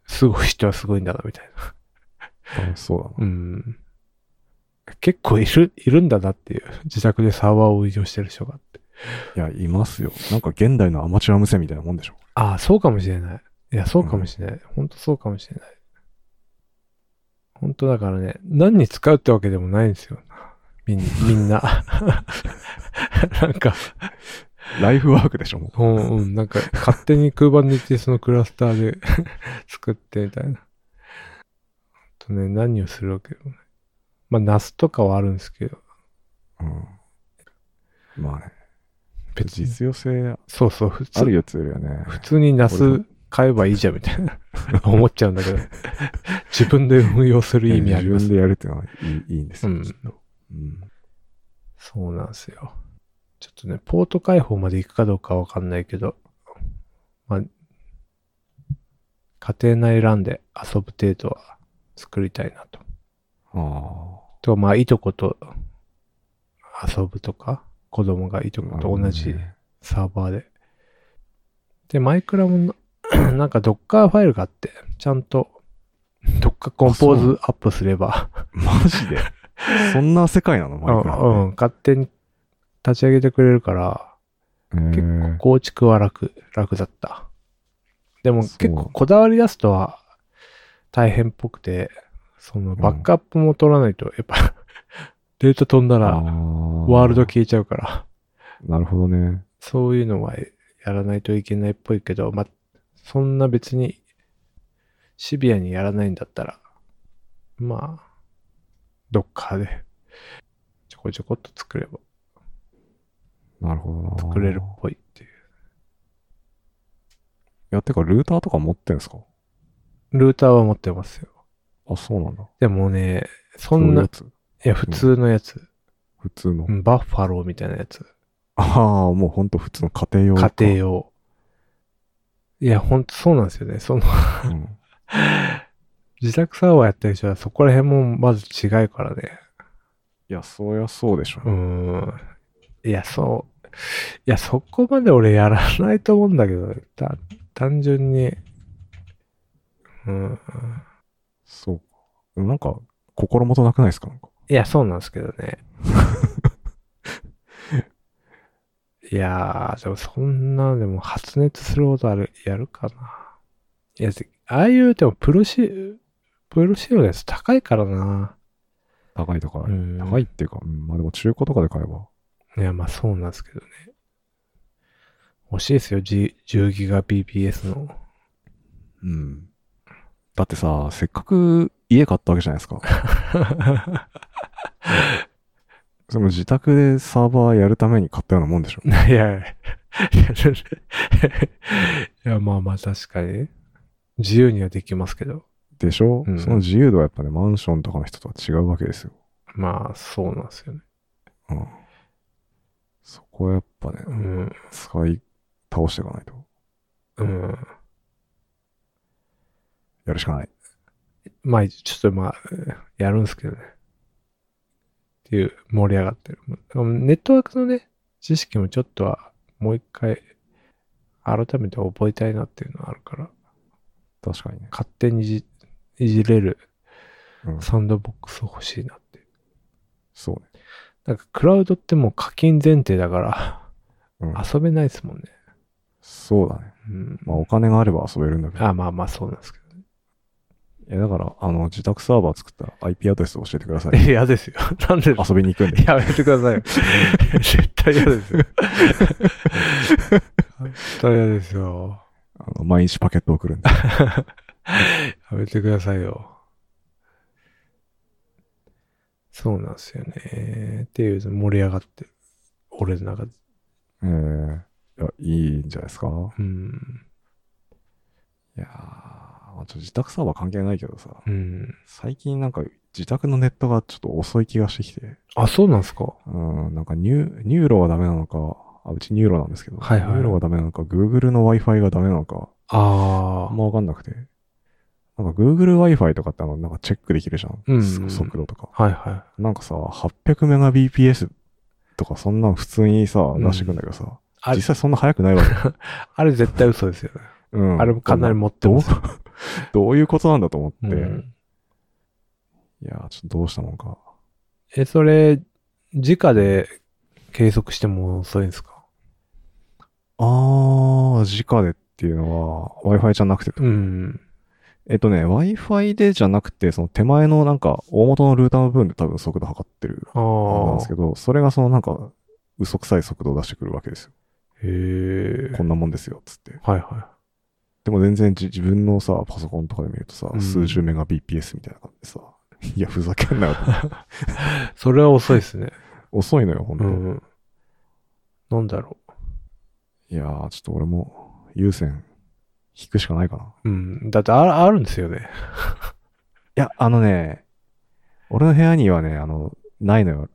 Speaker 1: すごい人はすごいんだなみたいな。
Speaker 2: 楽しそうだな。
Speaker 1: うん。結構いる、いるんだなっていう。自宅でサーバーを運用してる人があって。
Speaker 2: いや、いますよ。なんか現代のアマチュア無線みたいなもんでしょ。
Speaker 1: ああ、そうかもしれない。いや、そうかもしれない。ほんとそうかもしれない。ほんとだからね、何に使うってわけでもないんですよ。みんみんな。 なんか、
Speaker 2: ライフワークでしょ、も
Speaker 1: うん、うん、なんか勝手に空盤でってそのクラスターで 作ってみたいな。ほんとね、何をするわけでもない。まあ、ナスとかはあるんですけど、
Speaker 2: う。うん。まあね。
Speaker 1: 別に。
Speaker 2: 実用性
Speaker 1: そうそう、普通
Speaker 2: あるやつよりはね。
Speaker 1: 普通にナス買えばいいじゃんみたいな 思っちゃうんだけど、自分で運用する意味ありま
Speaker 2: 自
Speaker 1: す。
Speaker 2: 分でやるっていうのはいいいいんですよ、
Speaker 1: うん
Speaker 2: きっと。うん。
Speaker 1: そうなんですよ。ちょっとね、ポート開放まで行くかどうかわかんないけど、まあ、家庭内 LAN で遊ぶ程度は作りたいなと。
Speaker 2: あ
Speaker 1: と、まあ、いとこと遊ぶとか、子供がいと
Speaker 2: あ。
Speaker 1: こ
Speaker 2: なる
Speaker 1: と
Speaker 2: ほどね
Speaker 1: 同じサーバーで。で、マイクラもな、 なんか Docker ファイルがあって、ちゃんと Docker コンポーズアップすれば、
Speaker 2: マジ で。そんな世界なの、
Speaker 1: う
Speaker 2: マイクラっ
Speaker 1: ん、
Speaker 2: て。
Speaker 1: うん、勝手に立ち上げてくれるから、
Speaker 2: 結
Speaker 1: 結構構築は楽、楽だった。でも
Speaker 2: そう
Speaker 1: 結構こだわり出すとは大変っぽくて、その
Speaker 2: ん
Speaker 1: バックアップも取らないと、やっぱ、 データ飛んだら、ワ
Speaker 2: ワ
Speaker 1: ールド消えちゃうから、
Speaker 2: なるほどね。
Speaker 1: そういうのはやらないといけないっぽいけど、まあ、そんな別に、シビアにやらないんだったら、まあ、どっかで、ちょこちょこっと作れば、
Speaker 2: なるほどな。
Speaker 1: 作れるっぽいっていう。
Speaker 2: いや、てか、ルーターとか持ってんすか
Speaker 1: ルーターは持ってますよ。
Speaker 2: あ、そうなんだ。
Speaker 1: でもね、そ
Speaker 2: こ
Speaker 1: んな、い
Speaker 2: やつ
Speaker 1: や、普通のやつ、
Speaker 2: 普通の。
Speaker 1: うんバッファローみたいなやつ。
Speaker 2: ああ、もうほんと普通の家庭用か。
Speaker 1: 家庭用。いや、ほんとそうなんですよね。その、
Speaker 2: うん
Speaker 1: 自宅サーバーやってる人はそこら辺もまず違うからね。
Speaker 2: いや、そりゃそうでしょ
Speaker 1: うー。ん。いや、そう。いや、そこまで俺やらないと思うんだけどね、た単純に。うん。
Speaker 2: そうか。でもなんか、心もとなくないですかなんか。
Speaker 1: いや、そうなんですけどね。 いやー、でもそんな、でも発熱するほどある、やるかな。いや、ぜああいう、でもプロシ、プロ仕様のやつ高いからな。
Speaker 2: 高いとか、
Speaker 1: うん
Speaker 2: 高いっていうか、うんまあでも中古とかで買えば。
Speaker 1: いや、まあそうなんですけどね。欲しいですよ、G、10ギガ BPS の。
Speaker 2: うん。だってさ、せっかく家買ったわけじゃないで すか。その自宅でサーバーやるために買ったようなもんでしょ。
Speaker 1: いやいや、いや、まあまあ確かに。自由にはできますけど。
Speaker 2: でしょ、
Speaker 1: うん
Speaker 2: その自由度はやっぱね、マンションとかの人とは違うわけですよ。
Speaker 1: まあ、そうなんですよね。
Speaker 2: うん。そこはやっぱね、
Speaker 1: うん。
Speaker 2: 使い倒していかないと。
Speaker 1: うん。
Speaker 2: やるしかない。
Speaker 1: まあ、ちょっとまあ、やるんですけどね。っていう、盛り上がってる。ネットワークのね、知識もちょっとは、もう一回、改めて覚えたいなっていうのはあるから、
Speaker 2: 確かにね。
Speaker 1: 勝手にじいじれる
Speaker 2: うん、
Speaker 1: サンドボックス欲しいなって。
Speaker 2: そうね。
Speaker 1: なんか、クラウドってもう課金前提だから、
Speaker 2: うん、
Speaker 1: 遊べないですもんね。
Speaker 2: そうだね。
Speaker 1: うん。
Speaker 2: まあお金があれば遊べるんだけど。
Speaker 1: あ、まあまあ、そうなんですけどね。
Speaker 2: いやだから、あの、自宅サーバー作ったら IP アドレス教えて ください。
Speaker 1: 嫌ですよ。なんで
Speaker 2: 遊びに行くんで。
Speaker 1: やめてくださいよ。絶対嫌です よ。絶対嫌ですよ。
Speaker 2: あの毎日パケット送るんで。
Speaker 1: やめてくださいよ。そうなんですよね。っていう、盛り上がってる。俺の中で。
Speaker 2: えー、いや、いいんじゃないですか。
Speaker 1: うん。
Speaker 2: いやー、まあちょっと自宅サーバー関係ないけどさ、
Speaker 1: うん。
Speaker 2: 最近なんか自宅のネットがちょっと遅い気がしてきて、
Speaker 1: あ、そうなんですか
Speaker 2: うん、なんかニュニューロはダメなのか、あ、うちニューロなんですけど、
Speaker 1: はいはい
Speaker 2: ニューロがダメなのか、Google の Wi-Fi がダメなのか、
Speaker 1: あ
Speaker 2: あん
Speaker 1: あ。
Speaker 2: まわかんなくて。なんか Google Wi-Fi とかってあの、なんかチェックできるじゃん。
Speaker 1: うん
Speaker 2: そ速度とか。
Speaker 1: はいは
Speaker 2: なんかさ、800Mbps とかそんなん普通にさ、出してくんだけどさ、
Speaker 1: い。
Speaker 2: 実際そんな速くないわ け。
Speaker 1: ああれ絶対嘘ですよね。
Speaker 2: うん。
Speaker 1: あれもかなり持って
Speaker 2: どう
Speaker 1: ますよ。
Speaker 2: どういうことなんだと思って、
Speaker 1: うん
Speaker 2: いやー、ちょっとどうしたもんか。
Speaker 1: え、それ、直で計測しても遅いんですか
Speaker 2: あー、直でっていうのは Wi-Fi じゃなくて、
Speaker 1: うん。
Speaker 2: えっとね、Wi-Fi でじゃなくて、その手前のなんか大元のルーターの部分で多分速度測ってる
Speaker 1: あ
Speaker 2: あれな
Speaker 1: あ
Speaker 2: んです。けど、それがそのなんか嘘くさい速度を出してくるわけですよ。
Speaker 1: へえ。
Speaker 2: こんなもんですよ、つって。
Speaker 1: はいは
Speaker 2: でも全然じ自分のさ、パソコンとかで見るとさ
Speaker 1: う、ん
Speaker 2: 数十メガ BPS みたいな感じでさ、 いや、ふざけん なよ。
Speaker 1: い。それは遅いですね。
Speaker 2: 遅いのよ、ほ
Speaker 1: う
Speaker 2: んと。
Speaker 1: ん。なんだろ
Speaker 2: いやー、ちょっと俺も優先引くしかないかな。
Speaker 1: う。うん。だってあ、あるんですよね。
Speaker 2: いや、あのね、俺の部屋にはね、あの、ないのよ。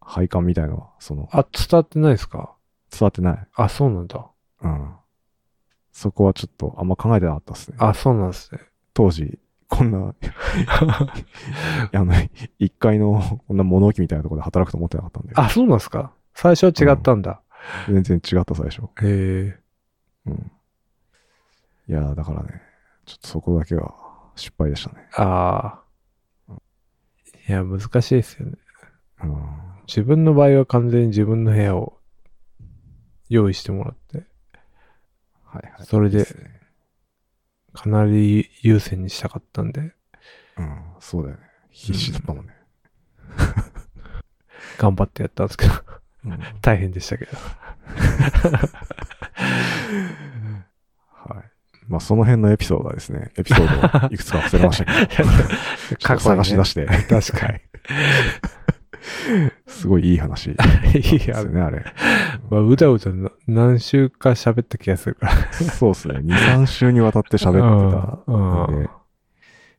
Speaker 2: 配管みたいのは、その、
Speaker 1: あ、伝わってないですか
Speaker 2: 伝わってない。
Speaker 1: あ、そうなんだ。
Speaker 2: うん。そこはちょっとあんま考えてなかったっすね。
Speaker 1: あ、そうなんですね。
Speaker 2: 当時、こん な、あの、一階のこんな物置みたいなところで働くと思ってなかったんで、
Speaker 1: あ、そうなんですか最初は違ったんだ。
Speaker 2: 全然違った最初。
Speaker 1: へえ。
Speaker 2: うん。いやー、だからね、ちょっとそこだけは失敗でしたね。
Speaker 1: ああ。いや、難しいですよね。
Speaker 2: うん。
Speaker 1: 自分の場合は完全に自分の部屋を用意してもらって、
Speaker 2: はいはい。
Speaker 1: それで
Speaker 2: いいっすね
Speaker 1: かなり優先にしたかったんで、
Speaker 2: うん、そうだよね。必死だったもんね。
Speaker 1: 頑張ってやったんですけど、
Speaker 2: うんはい。
Speaker 1: 大変でした けど。
Speaker 2: まあ、その辺のエピソードはですね、エピソードをいくつか忘れま したけど、ちょっと探し出
Speaker 1: し
Speaker 2: して、
Speaker 1: 確か
Speaker 2: すごいいい話
Speaker 1: に。い
Speaker 2: で
Speaker 1: や
Speaker 2: す、ね、あれ。
Speaker 1: まあ、うだうだな何週か喋った気がするから。
Speaker 2: そうですね。2、3週にわたって喋ってた
Speaker 1: うん
Speaker 2: の
Speaker 1: う
Speaker 2: で
Speaker 1: ん、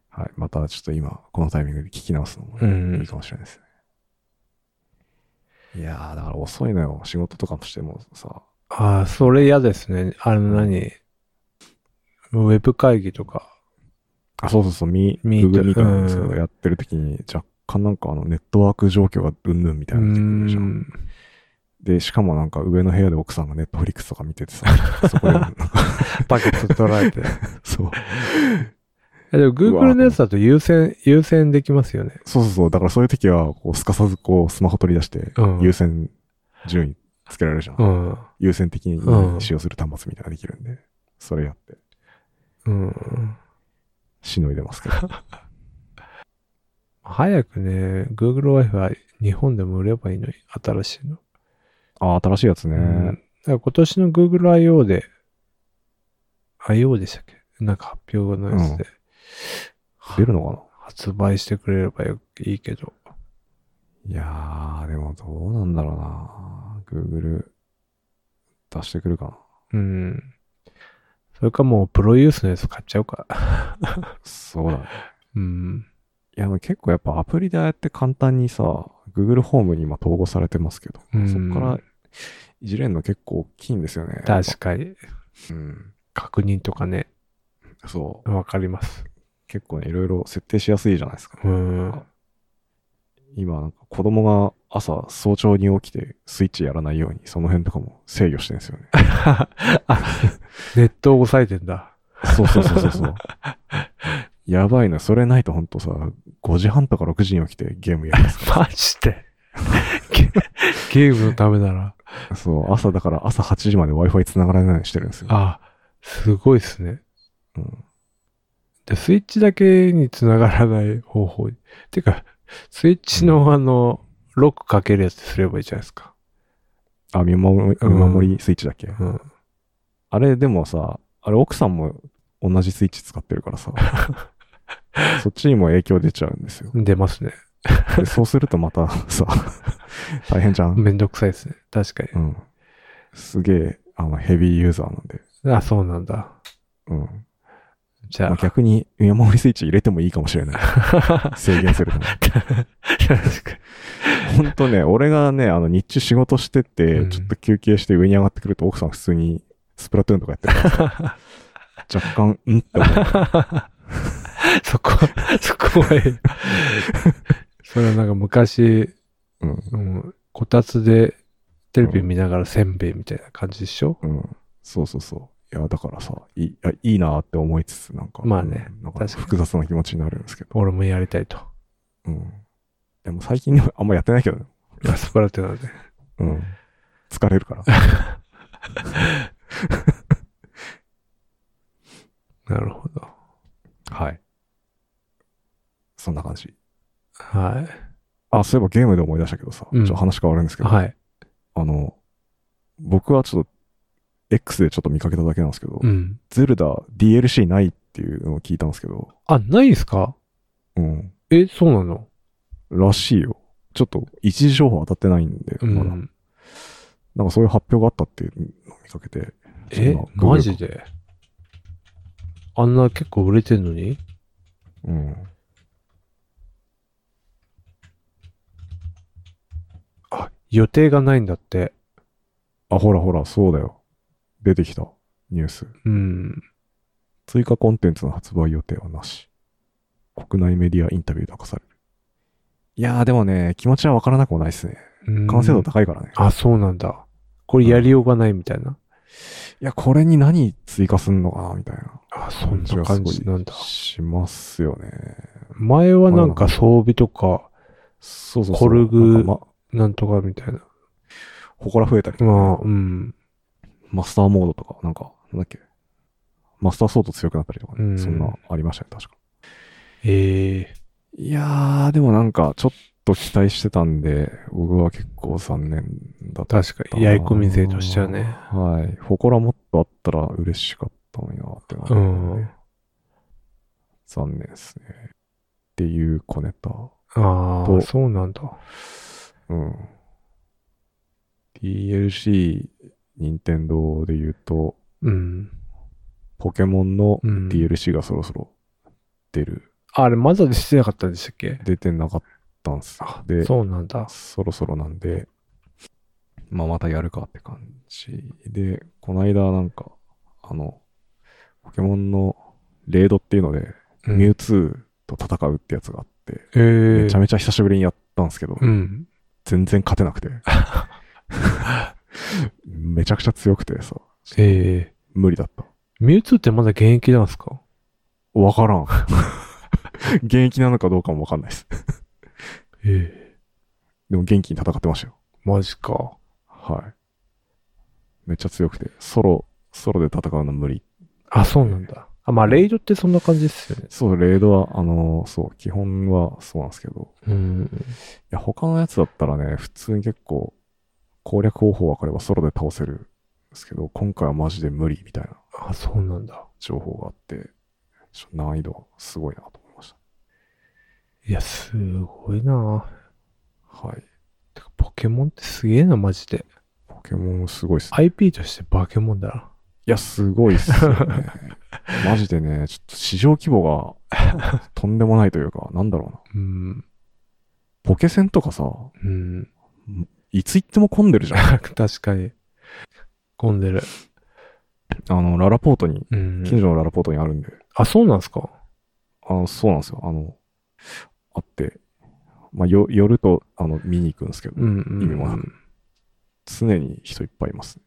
Speaker 2: はい。またちょっと今、このタイミングで聞き直すのも
Speaker 1: うん
Speaker 2: いいかもしれないですね。いやー、だから遅いのよ。仕事とかもしてもさ。
Speaker 1: ああ、それ嫌ですね。あの何、ウェブ会議とか。
Speaker 2: あ、そうそうそう、ミー、
Speaker 1: Meet
Speaker 2: Google Meet なんですけど、
Speaker 1: うん
Speaker 2: やってる時に若干なんかあの、ネットワーク状況がうんぬんみた
Speaker 1: う
Speaker 2: いになってくるじゃん。
Speaker 1: ん。
Speaker 2: で、しかもなんか上の部屋で奥さんがネットフリックスとか見てて さ、そこでなんか、
Speaker 1: バケット取られ て。
Speaker 2: そう。
Speaker 1: えでも Google のやつだと優先、優先できますよね。
Speaker 2: そうそうそう。だからそういう時は、こう、すかさずこう、スマホ取り出して
Speaker 1: うん、
Speaker 2: 優先順位つけられるじゃん。
Speaker 1: うん。
Speaker 2: 優先的に使用する端末みたいなのができるんで、それやって、
Speaker 1: うん。
Speaker 2: しのいでますけど。
Speaker 1: 早くね、Google Wi-Fi 日本でも売ればいいのに、新しいの。
Speaker 2: ああ、新しいやつね。
Speaker 1: うんだから今年の Google I.O. で、I.O. でしたっけなんか発表のやつで、
Speaker 2: 出るのか
Speaker 1: 発売してくれればよいいけど。
Speaker 2: ないやー、でもどうなんだろうな Google 出してくるか
Speaker 1: うん。それかもうプロユースのやつ買っちゃうか。
Speaker 2: な。そうだね。
Speaker 1: うん。
Speaker 2: いや、でも結構やっぱアプリでああやって簡単にさ、Google ホームに今統合されてますけど、
Speaker 1: うん
Speaker 2: そこからいじれるの結構大きいんですよね。
Speaker 1: 確かに。
Speaker 2: うん。
Speaker 1: 確認とかね、
Speaker 2: そう。
Speaker 1: わかります。
Speaker 2: 結構ね、いろいろ設定しやすいじゃないですか。
Speaker 1: うん。
Speaker 2: 今、なんか子供が朝早朝に起きてスイッチやらないように、その辺とかも制御してるんですよね。
Speaker 1: あネットを抑えてんだ。
Speaker 2: そうそうそうそうそう。 やばいな、それないとほんとさ、5時半とか6時に起きてゲームやりますか
Speaker 1: マジで。 ゲゲームのためなら。
Speaker 2: ら。そう、朝だから朝8時まで Wi-Fi 繋がらないようにしてるんですよ。
Speaker 1: あ、すごいっすね。
Speaker 2: うん
Speaker 1: で、スイッチだけにつながらない方法に。てか、スイッチの、あの、ロックかけるやつすればいいじゃないですか。
Speaker 2: あ、見守り、見守りスイッチだっけ、
Speaker 1: うん。
Speaker 2: あれでもさ、あれ奥さんも同じスイッチ使ってるから さ、そっちにも影響出ちゃうんですよ。
Speaker 1: 出ますね。
Speaker 2: でそうするとまた さ、大変じゃん。
Speaker 1: めんどくさいですね。確か
Speaker 2: うん。すげえ、あの、ヘビーユーザーなんで。
Speaker 1: に。あ、そうなんだ。
Speaker 2: うん。
Speaker 1: じゃ
Speaker 2: まあ、
Speaker 1: あ、
Speaker 2: 逆に、見守りスイッチ入れてもいいかもし れない。制限するの。
Speaker 1: 確かに。
Speaker 2: ほんとね、俺がね、あの、日中仕事してて、
Speaker 1: うん
Speaker 2: ちょっと休憩して上に上がってくると、奥さん普通にスプラトゥーンとかやってる からさ若干、んって思う。
Speaker 1: そこ、そこはええ、それはなんか昔、
Speaker 2: うん。
Speaker 1: うん、こたつでテレビ見ながらせんべいみたいな感じでしょ、
Speaker 2: うん。そうそうそう。いや、だからさ、いい、あいいなって思いつつ、なんか、
Speaker 1: まあね
Speaker 2: うんなんか
Speaker 1: 確かに
Speaker 2: 複雑な気持ちになるんですけど。
Speaker 1: 俺もやりたいと。
Speaker 2: うん。でも最近でもあんまやってないけどね。
Speaker 1: ラスパラテナで。
Speaker 2: うん。疲れ るから。
Speaker 1: なるほど。
Speaker 2: はい。そんな感じ。
Speaker 1: は
Speaker 2: あ、そういえばゲームで思い出したけどさ、
Speaker 1: うん
Speaker 2: ちょっと話変わるんです
Speaker 1: い。
Speaker 2: けど、
Speaker 1: はい。
Speaker 2: あの、僕はちょっと、X でちょっと見かけただけなんですけど、
Speaker 1: うん。
Speaker 2: ゼルダ DLC ないっていうのを聞いたんですけど、
Speaker 1: あ、ないんすか
Speaker 2: うん、
Speaker 1: え、そうなの
Speaker 2: らしいよ。ちょっと一時情報当たってないんで、
Speaker 1: う
Speaker 2: まだ
Speaker 1: ん。
Speaker 2: なんかそういう発表があったっていうのを見かけて、
Speaker 1: え、マジであんな結構売れてんのに
Speaker 2: うん。
Speaker 1: あ、予定がないんだって。
Speaker 2: あ、ほらほら、そうだよ。出てきた、ニュース。
Speaker 1: うん。
Speaker 2: 追加コンテンツの発売予定はなし。国内メディアインタビューで明かされる。いやーでもね、気持ちはわからなくもないですね。
Speaker 1: うん
Speaker 2: 完成度高いからね。
Speaker 1: あ、そうなんだ。これやりようがないみたいな。
Speaker 2: いや、これに何追加すんのかな、みたいな
Speaker 1: あ、そん
Speaker 2: 感じ
Speaker 1: な
Speaker 2: はす
Speaker 1: 感
Speaker 2: ご
Speaker 1: じなん
Speaker 2: い
Speaker 1: だ。
Speaker 2: しますよね。
Speaker 1: 前はなんか装備とか、
Speaker 2: そうそうそう。
Speaker 1: コルグ
Speaker 2: なんかま、
Speaker 1: なんとかみたいな。
Speaker 2: 祠増えたりとか、
Speaker 1: まあ、うん。
Speaker 2: マスターモードとか、なんか、なんだっけ。マスターソード強くなったりとか
Speaker 1: う
Speaker 2: ね。
Speaker 1: ん
Speaker 2: そんなありましたね、確か。
Speaker 1: ええ
Speaker 2: いやー、でもなんか、ちょっと期待してたんで、僕は結構残念だったな。
Speaker 1: 確かに、やい込み勢としてはね。
Speaker 2: はい。祠もっとあったら嬉しかったのになって感じで、
Speaker 1: うん
Speaker 2: 残念ですね。っていう小ネタ。
Speaker 1: あ
Speaker 2: と
Speaker 1: あ、そうなんだ。
Speaker 2: うん。DLC、任天堂で言うと、
Speaker 1: うん。
Speaker 2: ポケモンの
Speaker 1: うん
Speaker 2: DLC がそろそろ出る。
Speaker 1: ああれ、まだ出てなかったんでしたっけ
Speaker 2: 出てなかったんすよ。で、
Speaker 1: そうなんだ。
Speaker 2: そろそろなんで、まあ、またやるかって感じで、こないだなんか、あの、ポケモンのレードっていうので、
Speaker 1: うん
Speaker 2: ミュウツーと戦うってやつがあって、
Speaker 1: えー
Speaker 2: めちゃめちゃ久しぶりにやったんですけど、
Speaker 1: うん。
Speaker 2: 全然勝てなくて。 めちゃくちゃ強くてさ、
Speaker 1: ええ
Speaker 2: 無理だった。
Speaker 1: ミュウツーってまだ現役なんですか
Speaker 2: わからん。現役なのかどうかもわかんないです。
Speaker 1: ええ
Speaker 2: でも元気に戦ってましたよ。
Speaker 1: マジか。
Speaker 2: はい。めっちゃ強くて、ソロ、ソロで戦うの無理。
Speaker 1: あ、そうなんだ。あ、まあ、レイドってそんな感じですよね。
Speaker 2: そう、レードは、あのーそう、基本はそうなんですけど、
Speaker 1: うん。
Speaker 2: いや、他のやつだったらね、普通に結構、攻略方法分かればソロで倒せるんですけど、今回はマジで無理みたいな
Speaker 1: あ、そうなんだ。
Speaker 2: 情報があって、ちょ難易度はすごいなと思いまし
Speaker 1: いや、すごいな
Speaker 2: た。はい。
Speaker 1: てかポケモンってすげえな、マジで。
Speaker 2: ポケモンすごいっすね。
Speaker 1: IP として化け物だな。
Speaker 2: いや、すごいっすよ ね。マジでね、ちょっと市場規模がとんでもないというか、なんだろうな。
Speaker 1: うん。
Speaker 2: ポケセンとかさ、
Speaker 1: うん。
Speaker 2: いつ行っても混んでるじゃん。
Speaker 1: 確かに。混んでる。
Speaker 2: あの、ララポートに、
Speaker 1: うん。
Speaker 2: 近所のララポートにあるんで、
Speaker 1: あ、そうなんですか
Speaker 2: あの、そうなんですよ。あの、あって、まあ、よ、寄ると、あの、見に行くんですけど、
Speaker 1: うん、うん。
Speaker 2: 意味もな常に人いっぱいいます。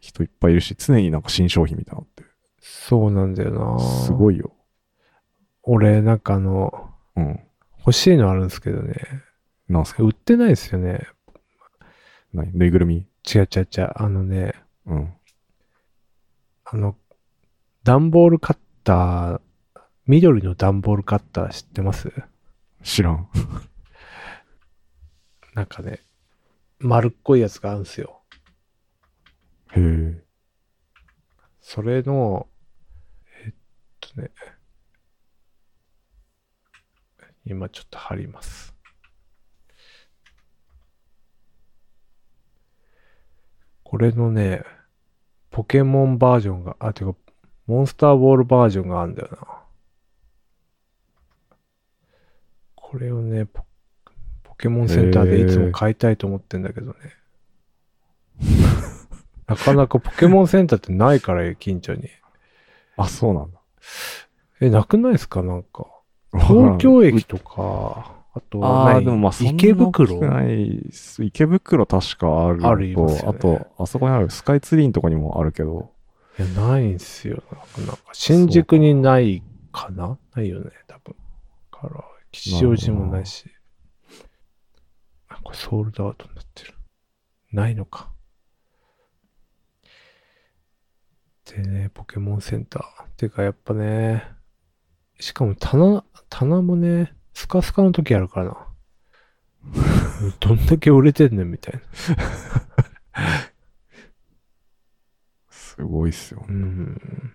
Speaker 2: 人いっぱいいるし、常になんか新商品みたいなのあ
Speaker 1: そうなんだよな
Speaker 2: って、すご
Speaker 1: い。
Speaker 2: いよ。
Speaker 1: 俺、なんかあの、
Speaker 2: うん。
Speaker 1: 欲しいのあるんですけどね。
Speaker 2: なんすか
Speaker 1: 売ってないですよね。
Speaker 2: 何ぬいぐるみ
Speaker 1: 違う違う違う。あのね、
Speaker 2: うん。
Speaker 1: あの、段ボールカッター、緑の段ボールカッター知ってます
Speaker 2: 知らん。
Speaker 1: なんかね、丸っこいやつがあるんですよ。
Speaker 2: へえ。
Speaker 1: それの、えっとね、今ちょっと貼ります。これのね、ポケモンバージョンが、あ、てか、モンスターボールバージョンがあるんだよな。これをね、ポポケモンセンターでいつも買いたいと思ってんだけどね。なかなかポケモンセンターってないからよ、近所に。
Speaker 2: あ、そうなんだ。
Speaker 1: え、なくないですかなんか。
Speaker 2: わから
Speaker 1: 東
Speaker 2: ん
Speaker 1: 京駅とか、あとは
Speaker 2: あ
Speaker 1: な
Speaker 2: あ、
Speaker 1: い
Speaker 2: でもまあ、そんな
Speaker 1: 池
Speaker 2: 大
Speaker 1: 袋
Speaker 2: きくないっす池袋確かあるのと、
Speaker 1: あるいますよね
Speaker 2: あと、あそこにあるスカイツリーのとこにもあるけど、
Speaker 1: いや、ないんすよ。なんか、なんか新宿にないかなないよね、多分。から、吉祥寺もないし。あ、これソールドアウトになってる。ないのか。でね、ポケモンセンター。てか、やっぱね、しかも棚、棚もね、スカスカの時あるからな。 どんだけ売れてんねん、みたいな。
Speaker 2: すごいっすよね。
Speaker 1: うん。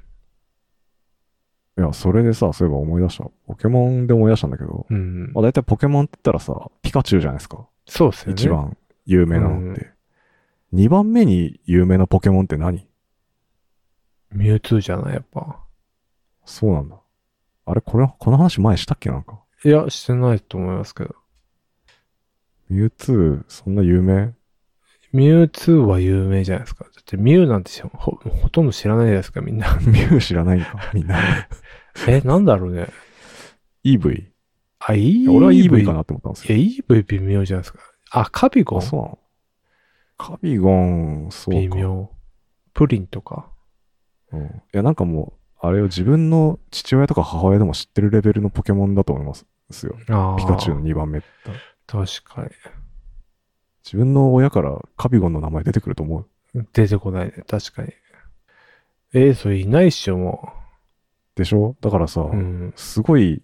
Speaker 2: いや、それでさ、そういえば思い出した。ポケモンで思い出したんだけど、
Speaker 1: うん
Speaker 2: まあ、。大体ポケモンって言ったらさ、ピカチュウじゃないですか。
Speaker 1: そうっすよね。
Speaker 2: 一番有名なのって。二番目に有名なポケモンって何
Speaker 1: ミュウツーじゃないやっぱ。
Speaker 2: そうなんだ。あれ、これ、この話前したっけなんか。
Speaker 1: いや、してないと思いますけど。
Speaker 2: ミュウツー、そんな有名
Speaker 1: ミュウツーは有名じゃないですか。だってミュウなんてしょほほとんど知らないじゃないですか、みん な。
Speaker 2: ミュウ知らないんか、みんな。
Speaker 1: え、なんだろうね。
Speaker 2: EV?
Speaker 1: あ、EV。
Speaker 2: 俺は EV かなって思ったんですよ
Speaker 1: いや、EV 微妙じゃないですか。あ、カビゴン
Speaker 2: あ、そうなのカビゴン、そうか。
Speaker 1: 微妙。プリンとか。
Speaker 2: うん。いや、なんかもう、あれを自分の父親とか母親でも知ってるレベルのポケモンだと思います。ですよ。
Speaker 1: ああ。
Speaker 2: ピカチュウの2番目って言ったら。
Speaker 1: 確か
Speaker 2: 自分の親からカビゴンの名前出てくると思う。
Speaker 1: に。出てこないね。確かに。えーそれいないっしょ、も
Speaker 2: でしょだからさ、
Speaker 1: う。うん。
Speaker 2: すごい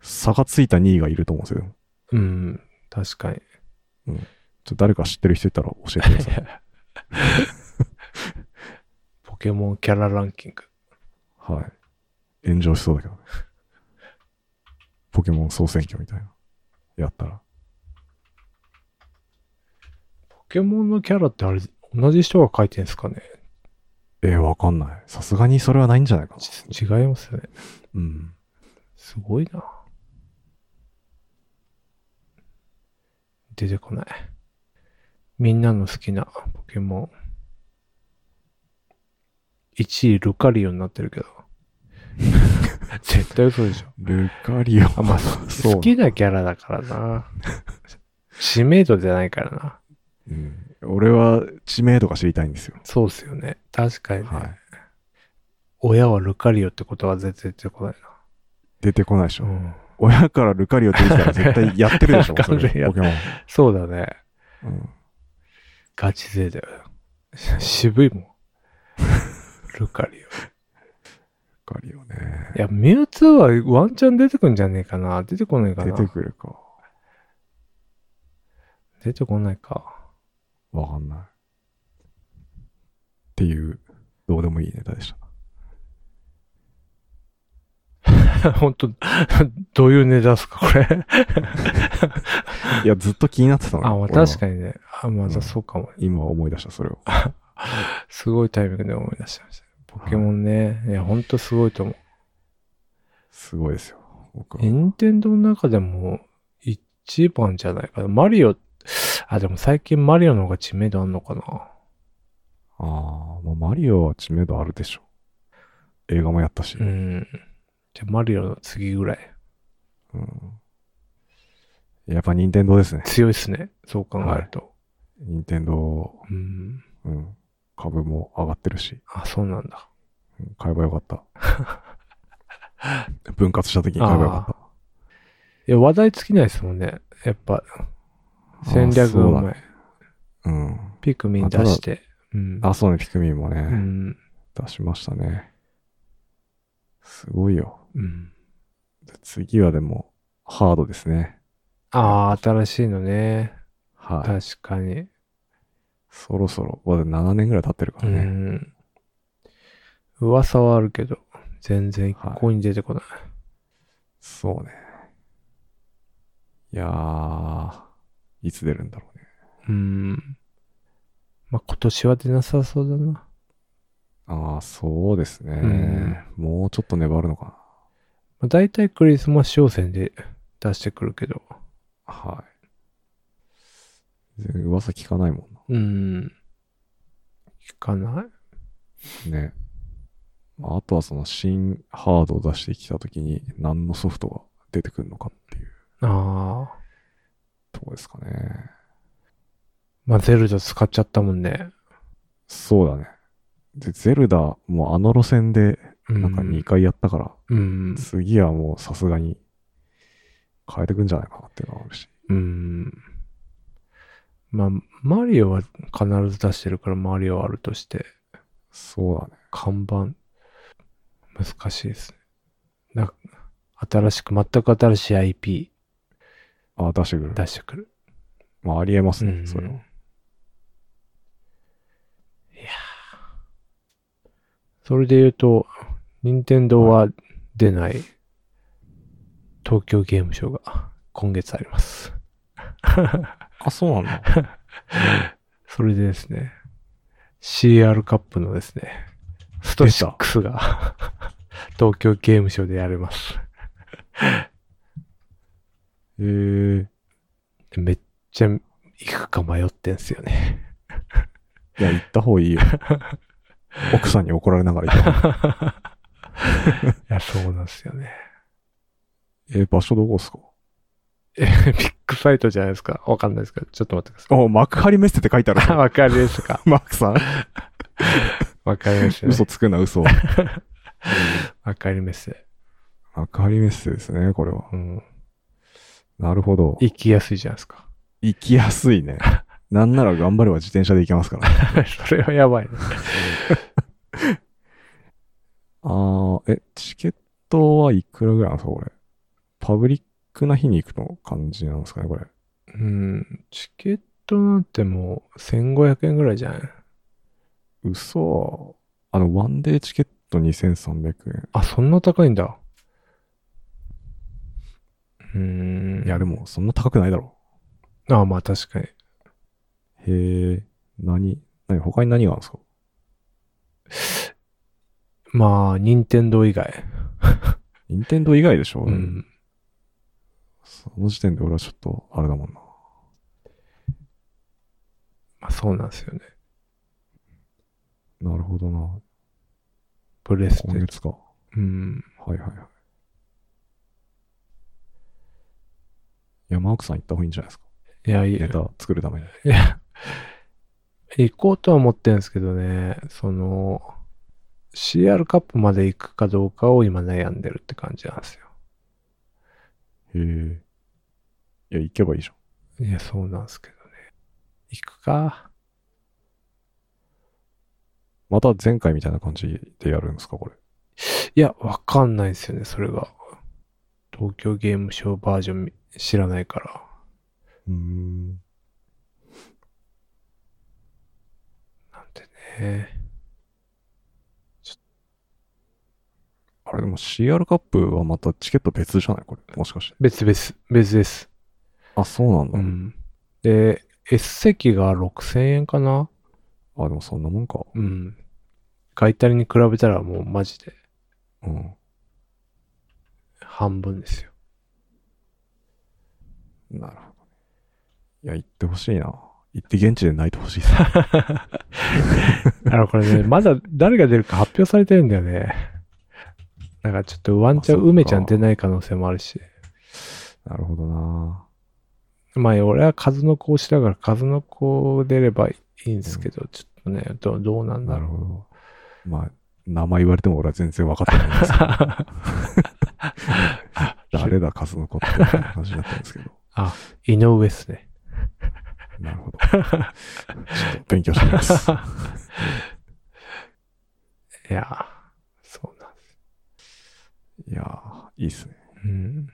Speaker 2: 差がついた2位がいると思うんですよ。
Speaker 1: うん。確かに。
Speaker 2: ちょっと誰か知ってる人いたら教えてください。
Speaker 1: ポケモンキャラランキング。
Speaker 2: はい。炎上しそうだけどね。ポケモン総選挙みたいな。やったら。
Speaker 1: ポケモンのキャラってあれ、同じ人が書いてんすかね
Speaker 2: えー、わかんない。さすがにそれはないんじゃないかな。
Speaker 1: ち違いますね。
Speaker 2: うん。
Speaker 1: すごいな。出てこない。みんなの好きなポケモン。1位ルカリオになってるけど。 絶対嘘でしょ。
Speaker 2: ルカリオ。
Speaker 1: あまあ
Speaker 2: そう
Speaker 1: 好きなキャラだからな。知名度じゃないからな。
Speaker 2: うん。俺は知名度が知りたいんですよ。
Speaker 1: そうっすよね。確かにね。
Speaker 2: はい。
Speaker 1: 親はルカリオってことは絶対出てこない
Speaker 2: 出てこないでし
Speaker 1: な。
Speaker 2: ょ。親からルカリオ出てき たら絶対やってるでしょ、
Speaker 1: わか
Speaker 2: そ
Speaker 1: んない
Speaker 2: れポケモン。
Speaker 1: そうだね。
Speaker 2: うん
Speaker 1: ガチ勢だよ。渋いもん。ルカリオ。
Speaker 2: ルカリオね。
Speaker 1: いや、ミュウツーはワンチャン出てくんじゃねえかな。出てこないか
Speaker 2: 出
Speaker 1: な。
Speaker 2: てくるか。
Speaker 1: 出てこないか。
Speaker 2: わかんない。っていう、どうでもいいネタでした。
Speaker 1: 本当どういう値段すか、これ。
Speaker 2: いや、ずっと気になってたの
Speaker 1: あ、まあ、確かにね。あ、ま
Speaker 2: う
Speaker 1: た
Speaker 2: ん
Speaker 1: そうかも。
Speaker 2: に。今思い出した、それを。
Speaker 1: すごいタイミングで思い出しました。ポケモンね。いや、ほんとすごいと思う。
Speaker 2: すごいですよ。僕は。
Speaker 1: 任天堂の中でも一番じゃないかな。マリオ、あ、でも最近マリオの方が知名度あんのかな。
Speaker 2: ああ、まあ、マリオは知名度あるでしょ。映画もやったし。
Speaker 1: うん。じゃあマリオの次ぐらい。
Speaker 2: うんやっぱ任天堂ですね。
Speaker 1: 強いっすね。そう考えると。
Speaker 2: 任天堂、
Speaker 1: うん。
Speaker 2: うん、株も上がってるし、
Speaker 1: あ、そうなんだ。
Speaker 2: うん買えばよ かった。分割した時に買えばよかっ
Speaker 1: いや、話題尽きないですもんね。やっぱ、
Speaker 2: た。
Speaker 1: 戦略がう
Speaker 2: あそう
Speaker 1: ま
Speaker 2: だ
Speaker 1: い。
Speaker 2: うん。
Speaker 1: ピクミン出して。うん。
Speaker 2: あ、そうね、ピクミンもね、
Speaker 1: うん。
Speaker 2: 出しましたね。すごいよ。
Speaker 1: うん。
Speaker 2: で次はでも、ハードですね。
Speaker 1: ああ、新しいのね。
Speaker 2: はい。
Speaker 1: 確かに。
Speaker 2: そろそろ、まだ7年ぐらい経ってるか
Speaker 1: う
Speaker 2: らね。
Speaker 1: ん。噂はあるけど、全然一向に出てこない。
Speaker 2: そうね。いやー、いつ出るんだろうね。
Speaker 1: うん。まあ、今年は出なさそうだな。
Speaker 2: ああ、そうですね。もうちょっと粘るのか
Speaker 1: まあ、大体クリスマス商戦で出してくるけど。
Speaker 2: な。はい。全然噂聞かないもん
Speaker 1: うん。聞かない
Speaker 2: な。ね。まああとはその新ハードを出してきたときに何のソフトが出てくるのかっていう
Speaker 1: ああ。
Speaker 2: とこですかね。
Speaker 1: まあ、ゼルダ使っちゃったもんね。
Speaker 2: そうだね。で、ゼルダもあの路線で
Speaker 1: うん。
Speaker 2: なんか2回やったから、
Speaker 1: うん。
Speaker 2: 次はもうさすがに変えてくんじゃないかなっていうのはあるし。
Speaker 1: うん。まあ、マリオは必ず出してるから、マリオはあるとして、
Speaker 2: そうだね。
Speaker 1: 看板、難しいですね。な、新しく、全く新しい IP
Speaker 2: あ、出してくる。
Speaker 1: 出してくる。
Speaker 2: まあ、ありえますね、
Speaker 1: うん
Speaker 2: それは。
Speaker 1: それで言うと、任天堂は出ない、東京ゲームショウが今月あります。
Speaker 2: あ、そう なんだ。
Speaker 1: それでですね、CR カップのですね、スト6が 東京ゲームショウでやれます。
Speaker 2: えー、
Speaker 1: めっちゃ行くか迷ってんすよね。
Speaker 2: いや、行った方がい いよ。奥さんに怒られながら行った方がい
Speaker 1: いや、そうなんですよね。
Speaker 2: い。えー、場所どこっすか
Speaker 1: え、ビッグサイトじゃないですか。わかんないですけど、ちょっと待ってくださ
Speaker 2: あ、幕張メッセって書い てあ
Speaker 1: い。あ
Speaker 2: る。
Speaker 1: わかりですか。
Speaker 2: マークさん。
Speaker 1: わかりますよね。
Speaker 2: 嘘つくな、嘘。
Speaker 1: わかります。
Speaker 2: 幕張メッセですね、これは。
Speaker 1: うん。
Speaker 2: なるほど。
Speaker 1: 行きやすいじゃないですか。
Speaker 2: 行きやすいね。 なんなら頑張れば自転車で行けますから。
Speaker 1: それはやばいね。
Speaker 2: あー、え、チケットはいくらぐらいなんですか、これ。パブリックな日に行くの感じなんですかね、これ。
Speaker 1: うん、チケットなんてもう1500円ぐらいじゃん。
Speaker 2: 嘘。あの、ワンデーチケット2300円。
Speaker 1: あ、そんな高いんだ。うーん。
Speaker 2: いや、でも、そんな高くないだろ
Speaker 1: あ、まあ確かに。
Speaker 2: う。へえ、何、何、他に何があるんですか
Speaker 1: まあ、任天堂以外。
Speaker 2: 任天堂以外でしょ、
Speaker 1: うん。
Speaker 2: その時点で俺はちょっと、あれだもんな。
Speaker 1: まあそうなんですよね。
Speaker 2: なるほどな。
Speaker 1: プレステ。
Speaker 2: 今月か。は
Speaker 1: うん。
Speaker 2: いはいはい。いや、マークさん行った方がいいんじゃないですか。
Speaker 1: いや、い
Speaker 2: ネ
Speaker 1: い
Speaker 2: タ作るために。
Speaker 1: いや、 行こうとは思ってるんですけどね、その、CR カップまで行くかどうかを今悩んでるって感じなんですよ。
Speaker 2: へえ。いや、行けばいいじゃん。
Speaker 1: いや、そうなんですけどね。行くか。
Speaker 2: また前回みたいな感じでやるんですか、これ。
Speaker 1: いや、わかんないですよね、それが。東京ゲームショーバージョンみ知らないから。
Speaker 2: うーん。
Speaker 1: なんてね。
Speaker 2: あれ、でも CR カップはまたチケット別じゃないこれ。もしかして。
Speaker 1: 別々、別です。
Speaker 2: あ、そうなんだ。
Speaker 1: うん。で、S 席が6000円かな
Speaker 2: あ、でもそんなもんか。
Speaker 1: うん。買い足りに比べたらもうマジで
Speaker 2: うん。
Speaker 1: 半分ですよ。
Speaker 2: なるほどね。いや、行ってほしいな。行って現地で泣いてほしいです。
Speaker 1: あの、これね、まだ誰が出るか発表されてるんだよね。なんかちょっとワンチャン、
Speaker 2: あそっか
Speaker 1: 梅ちゃん出ない可能性もあるし。
Speaker 2: なるほどな。
Speaker 1: まあ、俺は数の子推しだから、数の子出ればいいんですけど、ちょっとね、どうどうなんだ
Speaker 2: な
Speaker 1: ろ
Speaker 2: る
Speaker 1: う。
Speaker 2: ほど。まあ、名前言われても俺は全然分かってないんですけど 誰だ、数の子って話になったんですけど。
Speaker 1: 井上っすね。
Speaker 2: なるほ ど。ちょっと勉強してみ ます。
Speaker 1: いやー、そうなんです。
Speaker 2: いやー、いいっすね。
Speaker 1: うん。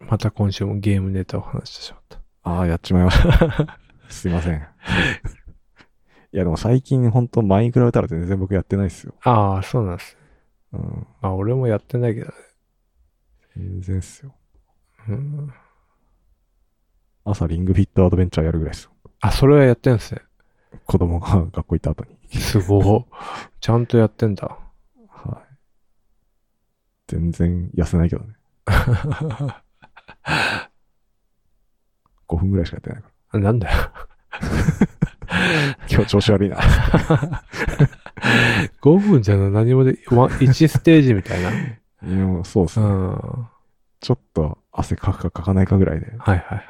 Speaker 1: また今週もゲームネタを話してしまった。
Speaker 2: ああ、やっちまいました。 すいません。いや、でも最近ほんと前に比べたら全然僕やってないっすよ。
Speaker 1: ああ、そうなんです。
Speaker 2: うん。
Speaker 1: まあ、俺もやってないけどね。
Speaker 2: 全然っすよ。
Speaker 1: うん。
Speaker 2: 朝リングフィットアドベンチャーやるぐらいっすよ。
Speaker 1: あ、それはやってんですね。
Speaker 2: 子供が学校行った後に。
Speaker 1: すごい。ちゃんとやってんだ。
Speaker 2: はい。全然痩せないけどね。5分ぐらいしかやってないか
Speaker 1: なんだよ。
Speaker 2: ら。今日調子悪いな。
Speaker 1: 5分じゃな何もで、ワン1ステージみたいな。
Speaker 2: いやもうそうっす
Speaker 1: う
Speaker 2: ね。
Speaker 1: ん。は
Speaker 2: ちょっと汗かくかかかないかぐらいで。
Speaker 1: いはいはい。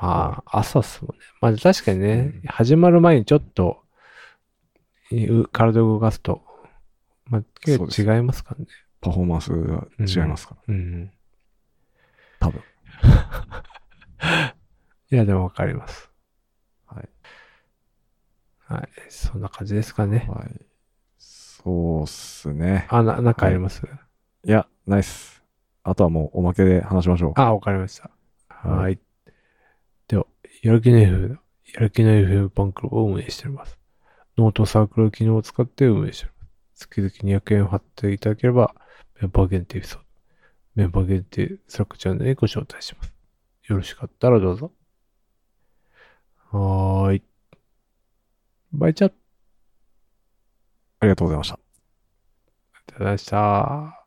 Speaker 1: まあ、朝っすもんね。まあ確かにね、始まる前にちょっと、いう体を動かすと、まあ結
Speaker 2: そうです
Speaker 1: 構違いますからね。
Speaker 2: パフォーマンスが違いますから。
Speaker 1: うん。
Speaker 2: 多分。
Speaker 1: いや、でもわかります。
Speaker 2: はい。
Speaker 1: はい。そんな感じですかね。
Speaker 2: はい。そうっすね。
Speaker 1: あ、な、なんかあります、
Speaker 2: いや、ないっす。あとはもうおまけで話しましょう。
Speaker 1: あ、わかりました。
Speaker 2: い
Speaker 1: はい。では、やる気ない FM、やる気ない FM ファンクラブを運営しております。ノートサークル機能を使って運営しております。月々200円を貼っていただければ、メンバー限定エピソード、メンバー限定スラックチャンネルにご招待します。よろしかったらどうぞ。はーい。バイチャッ
Speaker 2: ありがとうございました。
Speaker 1: ありがとうございました。